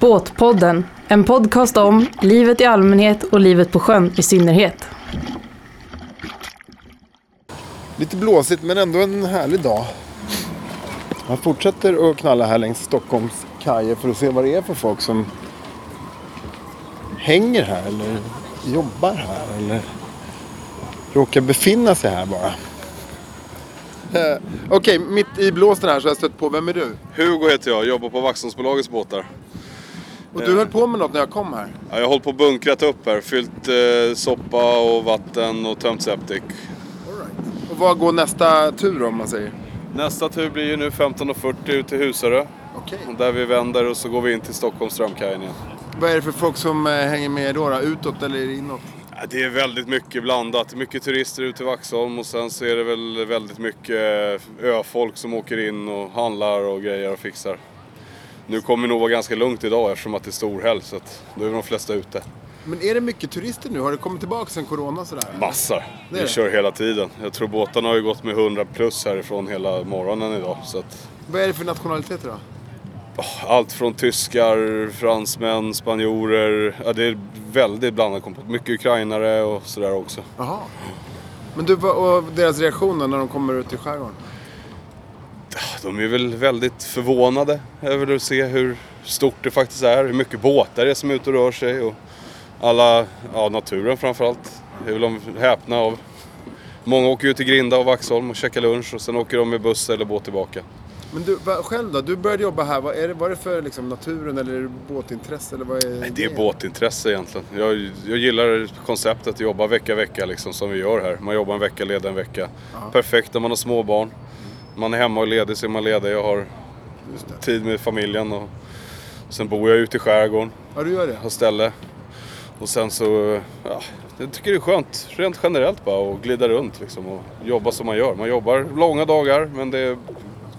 Båtpodden, en podcast om livet i allmänhet och livet på sjön i synnerhet. Lite blåsigt men ändå en härlig dag. Jag fortsätter att knalla här längs Stockholms kajer för att se vad det är för folk som hänger här eller jobbar här eller råkar befinna sig här bara. Eh, Okej, mitt i blåsten här så har jag stött på, vem är du? Hugo heter jag, jobbar på Vaxholmsbolagets båtar. Och du höll på med något när jag kom här. Ja, Jag har hållit på och bunkrat upp här, fyllt eh, soppa och vatten och tömt septik. Och vad går nästa tur om man säger? Nästa tur blir ju nu 15.40 ut till Husarö. Okej. Där vi vänder och så går vi in till Stockholms strömkajen igen. Vad är det för folk som eh, hänger med er då, då? Utåt eller inåt? Ja, Det är väldigt mycket blandat. Mycket turister ut till Vaxholm och sen så är det väl väldigt mycket eh, öfolk som åker in och handlar och grejer och fixar. Nu kommer det nog vara ganska lugnt idag eftersom att det är storhelg så att då är de flesta ute. Men är det mycket turister nu? Har det kommit tillbaka sen corona sådär? Massor. är det. Vi kör hela tiden. Jag tror båtarna har ju gått med 100 plus härifrån hela morgonen idag. Så att, Vad är det för nationaliteter då? åh, allt från tyskar, fransmän, spanjorer. Ja, det är väldigt blandat kompott. Mycket ukrainare och sådär också. Jaha. Men du, vad- och deras reaktioner när de kommer ut i skärgården? De är väl väldigt förvånade över att se hur stort det faktiskt är. Hur mycket båtar det är som är ute och rör sig. Och alla, ja naturen framförallt, är väl de häpna av. Många åker ut till Grinda och Vaxholm och käkar lunch och sen åker de med buss eller båt tillbaka. Men du, vad- själv då? Du började jobba här. Vad är det, vad är det för liksom, naturen eller är det båtintresse? Eller vad är Nej, Det är båtintresse egentligen. Jag, jag gillar konceptet att jobba vecka, vecka liksom som vi gör här. Man jobbar en vecka, leder en vecka. Perfekt när man har småbarn. Mm. Man är hemma och ledig så är man ledig. Jag har tid med familjen och sen bor jag ute i skärgården, Ja, du gör det? har ställe. Och sen så, ja, jag tycker det är skönt rent generellt bara att glida runt liksom och jobba som man gör. Man jobbar långa dagar men det är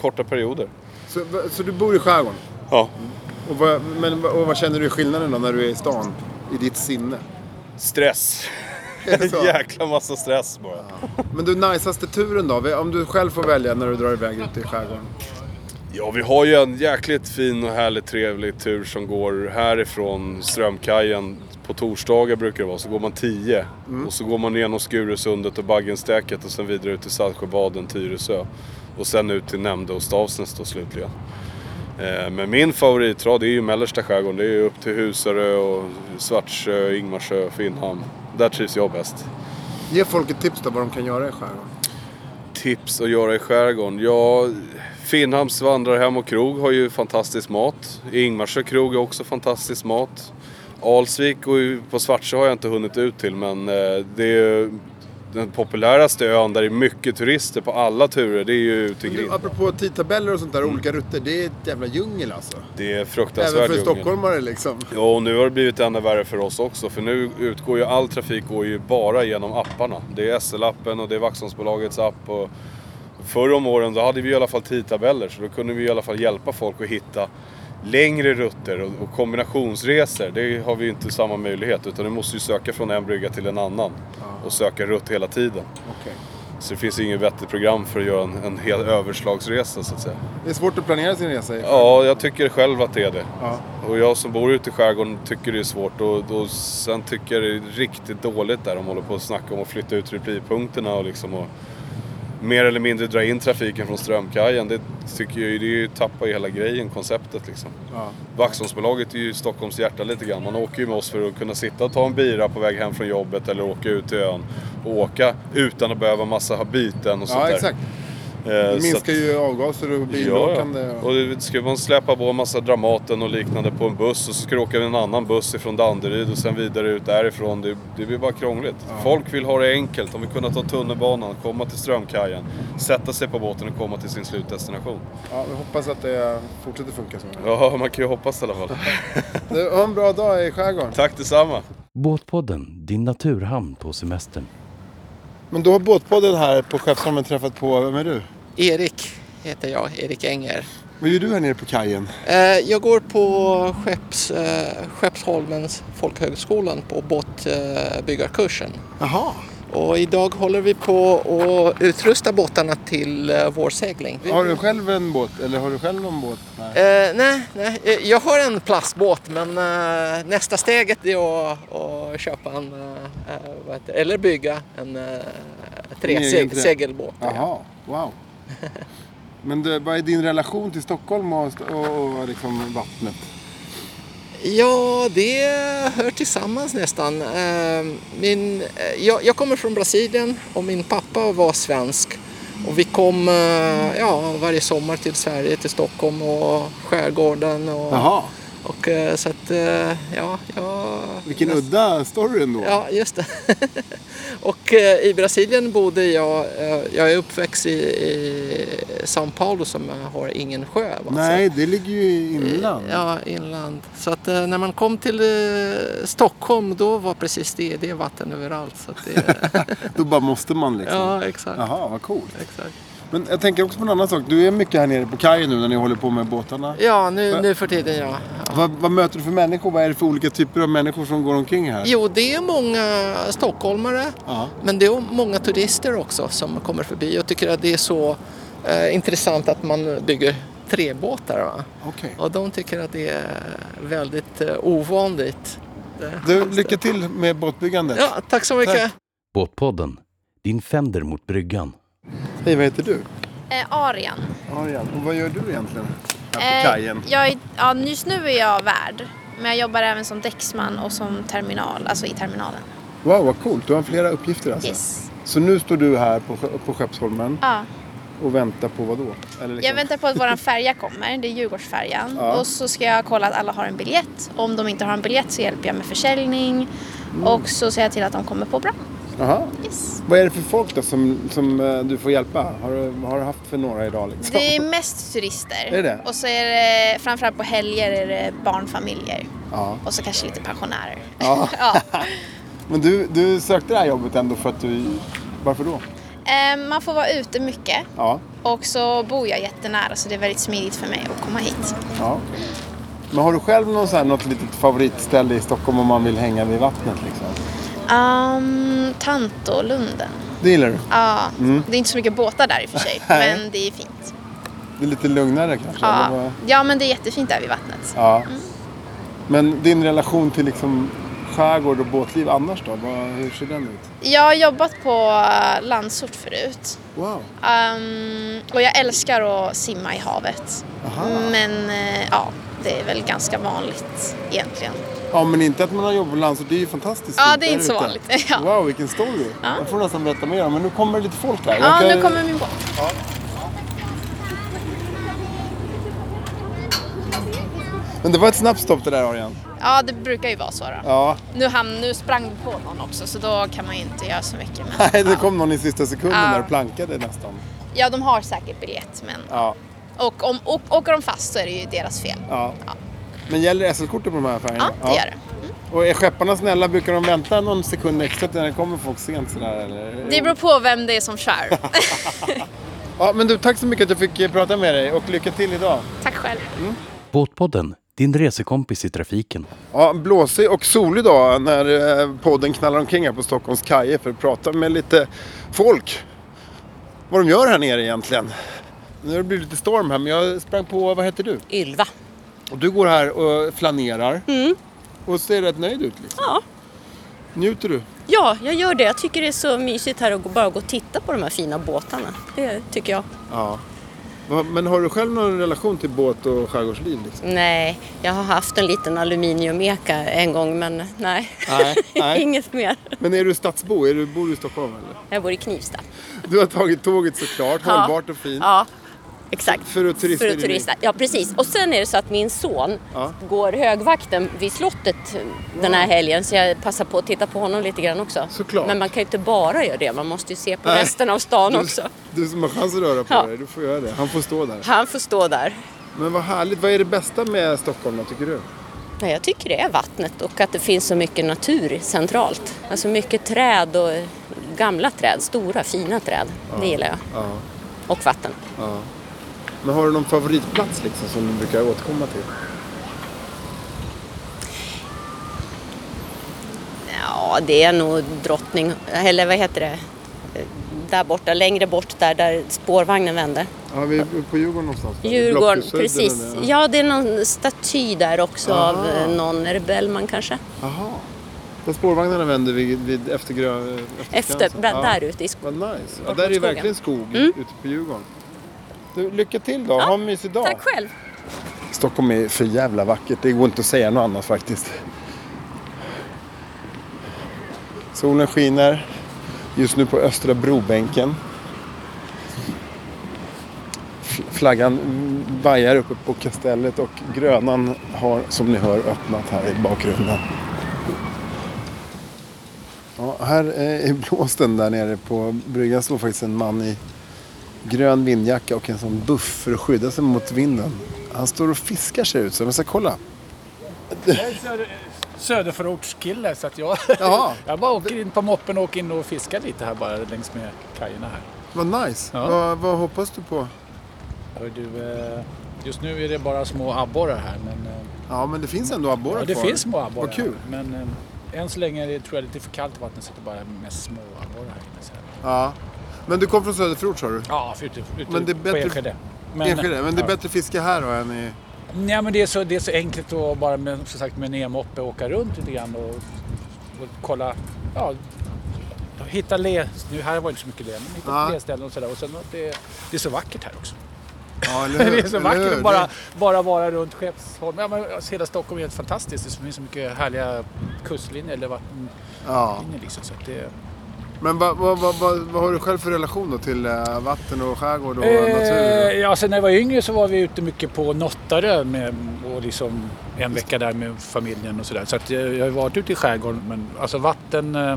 korta perioder. Så, så du bor i skärgården? Ja, Och vad, men, och vad känner du i skillnaden då när du är i stan? I ditt sinne? stress. Är det så? Jäkla massa stress bara. Men du, najsaste turen då? Om du själv får välja när du drar iväg ut i skärgården? Ja, vi har ju en jäkligt fin och härligt trevlig tur som går härifrån Strömkajen. På torsdagar brukar det vara, så går man 10. Och så går man genom Skurusundet och Baggenstäket och sen vidare ut till Saltsjöbaden, Tyresö. Och sen ut till Nämnde och Stavsnäs då slutligen. Eh, Men min favoritrad är ju mellersta skärgården. Det är ju upp till Husarö och Svartsjö, Ingmarsö, Finnhamn. Där trivs jag bäst. Ge folk ett tips då vad de kan göra i skärgården. tips att göra i skärgården? Ja, Finnhamns vandrarhem och krog har ju fantastisk mat. Ingmarsö krog har också fantastisk mat. Alsvik och ju- på Svartsjö har jag inte hunnit ut till men eh, det är ju den populäraste ön där det är mycket turister på alla turer. Det är ju ute i Men Du, Grind. apropå tidtabeller och sånt Mm. där, olika rutter. Det är ett jävla djungel alltså. Det är Även fruktansvärt för djungel. stockholmare liksom. Ja, och nu har det blivit ännu värre för oss också. För nu utgår ju all trafik går ju bara genom apparna. Det är SL-appen och det är Vaxholmsbolagets app. Och förr om åren då hade vi i alla fall tidtabeller. Så då kunde vi i alla fall hjälpa folk att hitta längre rutter och, och kombinationsresor. Det har vi ju inte samma möjlighet. Utan du måste ju söka från en brygga till en annan. Och söka rutt hela tiden. Okej. Så det finns ju inget vettigt program för att göra en, en hel överslagsresa så att säga. Det är svårt att planera sin resa. i- Ja, jag tycker själv att det är det. Ja. Och jag som bor ute i skärgården tycker det är svårt och, och sen tycker jag det är riktigt dåligt där de håller på att snacka om att flytta ut replipunkterna och liksom och mer eller mindre dra in trafiken från Strömkajen. Det tycker jag ju- det är ju tappar ju hela grejen, konceptet liksom. Ja. Vaxholmsbolaget är ju Stockholms hjärta lite grann. Man åker ju med oss för att kunna sitta och ta en bira på väg hem från jobbet eller åka ut till ön och åka utan att behöva massa byten och sånt Ja, där. exakt. Eh, Det så minskar ju avgaser och bilåkande. Ja, ja. Och... Och det- ska man släppa på en massa Dramaten och liknande på en buss och så ska du åka med en annan buss ifrån Danderyd och sen vidare ut därifrån. Det, det blir bara krångligt. Folk vill ha det enkelt. De vill kunna ta tunnelbanan, komma till Strömkajen, sätta sig på båten och komma till sin slutdestination. Ja, vi hoppas att det fortsätter funka så. Ja, man kan ju hoppas i alla fall. Du, Ha en bra dag i skärgården. Tack detsamma! Båtpodden, din naturhamn på semestern. Men då har båtpodden här på Skeppsholmen träffat på, vem är du? Erik heter jag, Erik Enger. Vad gör du här nere på kajen? Eh, Jag går på Skepps, eh, Skeppsholmens folkhögskolan på båtbyggarkursen. Jaha. eh, Och idag håller vi på att utrusta båtarna till eh, vår segling. Vi- Har du själv en båt? Eller har du själv någon båt? Nej. Eh, nej, nej, eh, jag har en plastbåt men eh, nästa steget är att, att köpa en, eh, eh, vad heter, eller bygga en uh, Egen treseg- trä. segelbåt. Jaha, wow. Men du, vad är din relation till Stockholm och, st- och, och liksom vattnet? Ja, det hör tillsammans nästan. Eh, Min, eh, jag, jag kommer från Brasilien och min pappa var svensk. Och vi kom eh, ja, varje sommar till Sverige, till Stockholm och skärgården. Och, Jaha, och, eh, så att, eh, ja, jag... vilken udda story ändå. Ja, just det. och eh, i Brasilien bodde jag, eh, jag är uppväxt i, i São Paulo som har ingen sjö. va, så- Nej, det ligger ju i inland. Ja, inland. Så att eh, när man kom till eh, Stockholm då var precis det, det är vatten överallt. Så att det, Då bara måste man liksom. ja, exakt. Jaha, vad coolt. exakt. Men jag tänker också på en annan sak. Du är mycket här nere på kajen nu när ni håller på med båtarna. Ja, nu, nu för tiden ja. Vad, vad möter du för människor? Vad är det för olika typer av människor som går omkring här? Jo, det är många stockholmare Ja. men det är många turister också som kommer förbi. Jag tycker att det är så eh, intressant att man bygger träbåtar. Va? Okej. Och de tycker att det är väldigt eh, ovanligt. Du, lycka till med båtbyggandet. Ja, tack så mycket. Tack. Båtpodden, din fänder mot bryggan. Hej, vad heter du? Eh, Arian. Arian. Och vad gör du egentligen? Här Eh, på kajen. Jag är, ja, just nu är jag värd. Men jag jobbar även som däcksman och som terminal, alltså i terminalen. Wow, vad coolt. Du har flera uppgifter alltså. Yes. Så nu står du här på, Skö- på Skeppsholmen Ja. och väntar på vad då? Eller liksom- Jag väntar på att vår färja kommer, det är Djurgårdsfärjan. Ja. Och så ska jag kolla att alla har en biljett. Om de inte har en biljett så hjälper jag med försäljning. Mm. Och så ser jag till att de kommer på bra. Jaha. Yes. Vad är det för folk då som, som eh, du får hjälpa? Har du, har du haft för några idag liksom? Det är mest turister. Är det? Och så är det framförallt på helger är det barnfamiljer. Ja. Och så kanske lite pensionärer. Ja. ja. Men du, du sökte det här jobbet ändå för att du... Varför då? Eh, Man får vara ute mycket. Ja. Och så bor jag jättenära så det är väldigt smidigt för mig att komma hit. ja. Men har du själv någon så här, något litet favoritställe i Stockholm om man vill hänga vid vattnet liksom? Um, Tantolunden. Det gillar du? Ja, det är inte så mycket båtar där i och för sig, Mm. Nej. men det är fint. Det är lite lugnare kanske? eller Ja. vad? ja, men det är jättefint där vid vattnet. ja. Men din relation till liksom skärgård och båtliv annars då? Vad, hur ser den ut? Jag har jobbat på eh, Landsort förut. Wow. Ehm, och jag älskar att simma i havet. Aha. Men eh, ja, det är väl ganska vanligt egentligen. Ja men inte att man har jobbat på land så det är ju fantastiskt Ja, fint det är där inte så ute. vanligt. Ja. Wow vilken story. Jag får nästan berätta mer om men nu kommer det lite folk här. Ja, Jag kan- nu kommer min båt. Men det var ett snabbt stopp det där Arian. Ja, det brukar ju vara så då. Ja. Nu, hamn, nu sprang vi på någon också så då kan man ju inte göra så mycket. Men, Nej det ja. kom någon i sista sekunden Ja. där och plankade nästan. ja, de har säkert biljett men Ja. Och om och, åker de fast så är det ju deras fel. ja. Ja. Men gäller SS-kortet på de här Ja, affärerna? det gör det. Och är skepparna snälla? Brukar de vänta någon sekund extra när det kommer folk sent sådär eller? Det beror på vem det är som kör. Ja men du, tack så mycket att jag fick eh, prata med dig och lycka till idag. Tack själv. Båtpodden, din resekompis i trafiken. Ja, blåsig och solig dag när eh, podden knallar omkring här på Stockholms kajer för att prata med lite folk. Vad de gör här nere egentligen. Nu har det blivit lite storm här men jag sprang på, vad heter du? Ylva. Och du går här och flanerar. Mm. Och ser rätt nöjd ut liksom. Ja. Njuter du? ja, jag gör det. Jag tycker det är så mysigt här att gå- bara gå och titta på de här fina båtarna. Det tycker jag. Ja. Va- Men har du själv någon relation till båt och skärgårdsliv? Liksom? Nej, jag har haft en liten aluminiumeka en gång men nej. Nej, nej. Inget mer. Men är du stadsbo? Är du, bor du i Stockholm eller? Jag bor i Knivsta. Du har tagit tåget såklart, Ja. hållbart och fint. Ja, exakt. För att turista För in att i- turista. Ja, precis. Och sen är det så att min son Ja. går högvakten vid slottet den här helgen så jag passar på att titta på honom lite grann också. Såklart. Men man kan ju inte bara göra det, man måste ju se på Nej. resten av stan Du, också. du som har chans att röra på Ja. dig, du får göra det. Han får stå där. Han får stå där. Men vad härligt. Vad är det bästa med Stockholm då, tycker du? Nej, jag tycker det är vattnet och att det finns så mycket natur centralt. Alltså mycket träd och gamla träd, stora fina träd. Det gillar jag. Ja. Och vatten. Men har du någon favoritplats liksom som du brukar återkomma till? Ja, Ja, det är nog drottning, eller vad heter det, Eh, där borta, längre bort där, där spårvagnen vände. Ja, vi är på Djurgården någonstans. va? Djurgården, Blockhusudden, precis. eller? Ja, det är någon staty där också Ah. av eh, någon, är det Bellman kanske? Jaha. Där spårvagnarna vänder vid, vid efter Grö... Efter, Skansen. bland- Ja. där ute i skogen. Vad nice. Ja, Bort där är mot ju skogen. verkligen skog ute på Djurgården. Du, lycka till då. Ha en mysig dag. Tack själv! Stockholm är för jävla vackert. Det går inte att säga något annat faktiskt. Solen skiner. Just nu på Östra Brobänken. F- Flaggan vajar uppe på kastellet och Grönan har som ni hör öppnat här i bakgrunden. Ja, här eh, i blåsten där nere på bryggan står faktiskt en man i grön vindjacka och en sån buff för att skydda sig mot vinden. Han står och fiskar ser det ut som. Jag ska kolla. söderförortskille så att jag, Jaha. jag bara åker in på moppen och åker in och fiskar lite här bara längs med kajerna här. Vad nice. Ja. Vad, vad hoppas du på? Hör du, eh, just nu är det bara små abborrar här men eh, Ja, men det finns ändå abborre ja, det kvar. finns små abborrar. Vad kul. här, Men eh, än så länge är det, tror jag det är för kallt i vattnet så det är bara mest små abborrar här inne. Så här. Ja. Men du kom från Söderfjord sa du? Ja, för ute, ute Men det är på bättre- Enskede. Men, Enskede. Men det är ja. bättre fiske här då än i... Nej, men det är så, det är så enkelt att bara med, som sagt, med en e-moppe åka runt lite grann och, och kolla. Ja, hitta le. Nu här var det inte så mycket le, men hitta Ja. leställen och sådär. Och sen att det, det är så vackert här också. Ja, eller hur? Det är så Eller vackert hur? att bara, bara vara runt Skeppsholmen. Ja, men alltså, hela Stockholm är helt fantastiskt. Det finns så mycket härliga kustlinjer eller vattenlinjer Ja. liksom. Så att det, Men vad, vad, vad, vad, vad har du själv för relation då till eh, vatten och skärgård och Eh, natur? ja, sen när jag var yngre så var vi ute mycket på Nottare med, och liksom en vecka där med familjen och sådär. Så att eh, jag, jag har varit ute i skärgården men alltså vatten eh,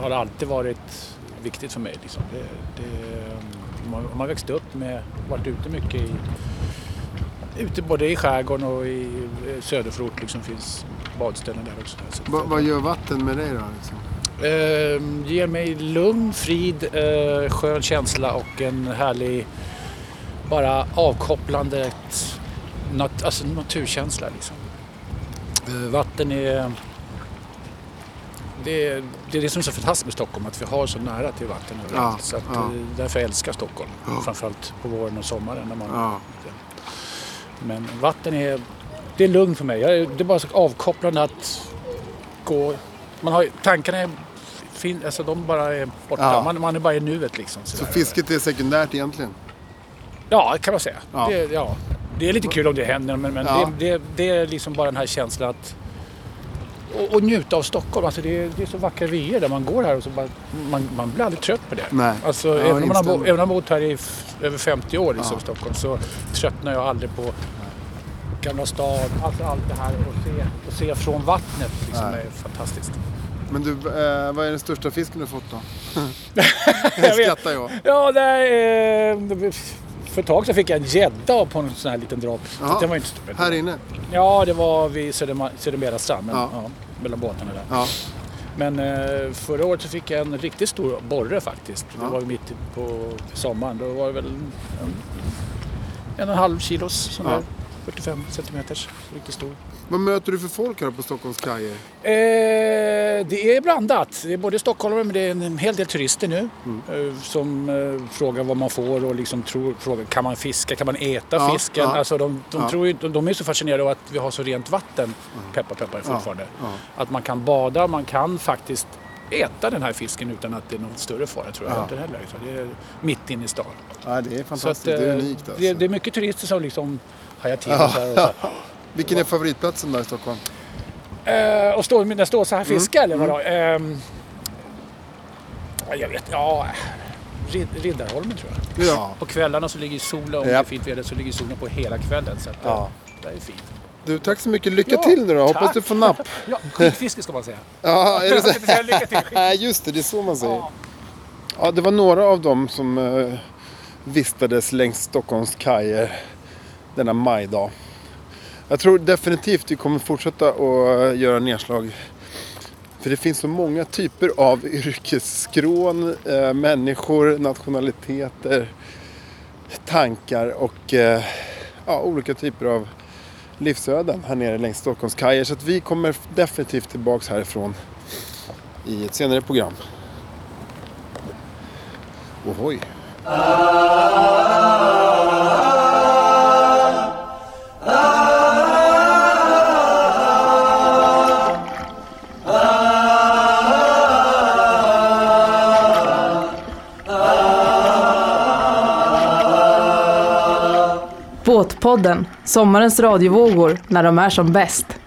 har alltid varit viktigt för mig. Liksom. Det, det, eh, man, man växte upp med, varit ute mycket i, ute både i skärgården och i eh, söderförort liksom finns badställen där också. Så att- Vad, vad gör vatten med dig då? Liksom? Eh, ger mig lugn, frid, eh, skön känsla och en härlig bara avkopplande t- nat- alltså naturkänsla. Liksom. Eh, vatten är det, är det är det som är så fantastiskt med Stockholm, att vi har så nära till vatten överallt. Ja, så att, ja. eh, Därför jag älskar Stockholm, framförallt på våren och sommaren. När man, Ja. Men vatten är, det är lugn för mig. Jag, är- det är bara så avkopplande att gå... Man har, ju- tankarna är, fin, alltså de bara är borta. Ja. Man, man är bara i nuet liksom. Så sådär. fisket är sekundärt egentligen? Ja, det kan man säga. Ja. Det, ja. det är lite kul om det händer, men, men Ja. det, det, det är liksom bara den här känslan att... Och, och njuta av Stockholm. Alltså det, är- det är så vackra vyer där man går här och så bara, man, man blir aldrig trött på det. Nej. Alltså, Ja, även, om man har, bo- instämmer. även om man har bott här i f- över 50 år liksom, i Stockholm så tröttnar jag aldrig på Gamla stan, alltså allt det här och se, och se från vattnet liksom, Nej. är fantastiskt. Men du, eh, vad är den största fisken du fått då? Jag vet. Skrattar jag. Ja, nej, eh, för ett tag sedan fick jag en gädda på en sån här liten drap. Jaha. Den var inte stor. Här inne? Ja, det var vid Söderma- Södermera strand, men, Ja. ja. mellan båtarna där. Ja. Men eh, förra året så fick jag en riktigt stor borre faktiskt. Det var ju mitt på sommaren. Då var det väl en, en och en halv kilos sån Ja. där. 45 centimeters, riktigt stor. Vad möter du för folk här på Stockholms kajer? Eh, det är blandat. Det är både stockholmare men det är en hel del turister nu Mm. eh, som eh, frågar vad man får och liksom tror, frågar kan man fiska, kan man äta Ja, fisken? ja. Alltså de, de, Ja. Mm. tror ju, de, de är så fascinerade av att vi har så rent vatten, peppar peppar fortfarande. ja. Att man kan bada, man kan faktiskt äta den här fisken utan att det är någon större fara tror jag. Ja. Inte heller. Så det är mitt inne i stan. Ja, det är Så fantastiskt. att, eh, det är unikt alltså. det, det är mycket turister som liksom hajar till och så här och så här. Vilken är favoritplatsen där i Stockholm? Eh, och stå, när jag står så här och fiskar eller vadå? Ehm, ja, jag vet ja. Rid, Riddarholmen tror jag. Ja. På kvällarna så ligger solen, om det är Japp. fint väder så ligger solen på hela kvällen. Så att, Ja. ja. Det är fint. Du, tack så mycket. Lycka Ja, till nu då. Hoppas tack. du får napp. Ja, skitfiske ska man säga. Ja, är det så? Jag tänkte säga lycka till. Nej, just det. Det är så man säger. Ja, det var några av dem som eh, vistades längs Stockholms kajer denna majdag. Jag tror definitivt vi kommer fortsätta att eh, göra nedslag. För det finns så många typer av yrkesskrån, eh, människor, nationaliteter, tankar och eh, ja, olika typer av livsöden här nere längs Stockholms kajer. Så att vi kommer definitivt tillbaks härifrån i ett senare program. Ohoj! Båtpodden, sommarens radiovågor när de är som bäst.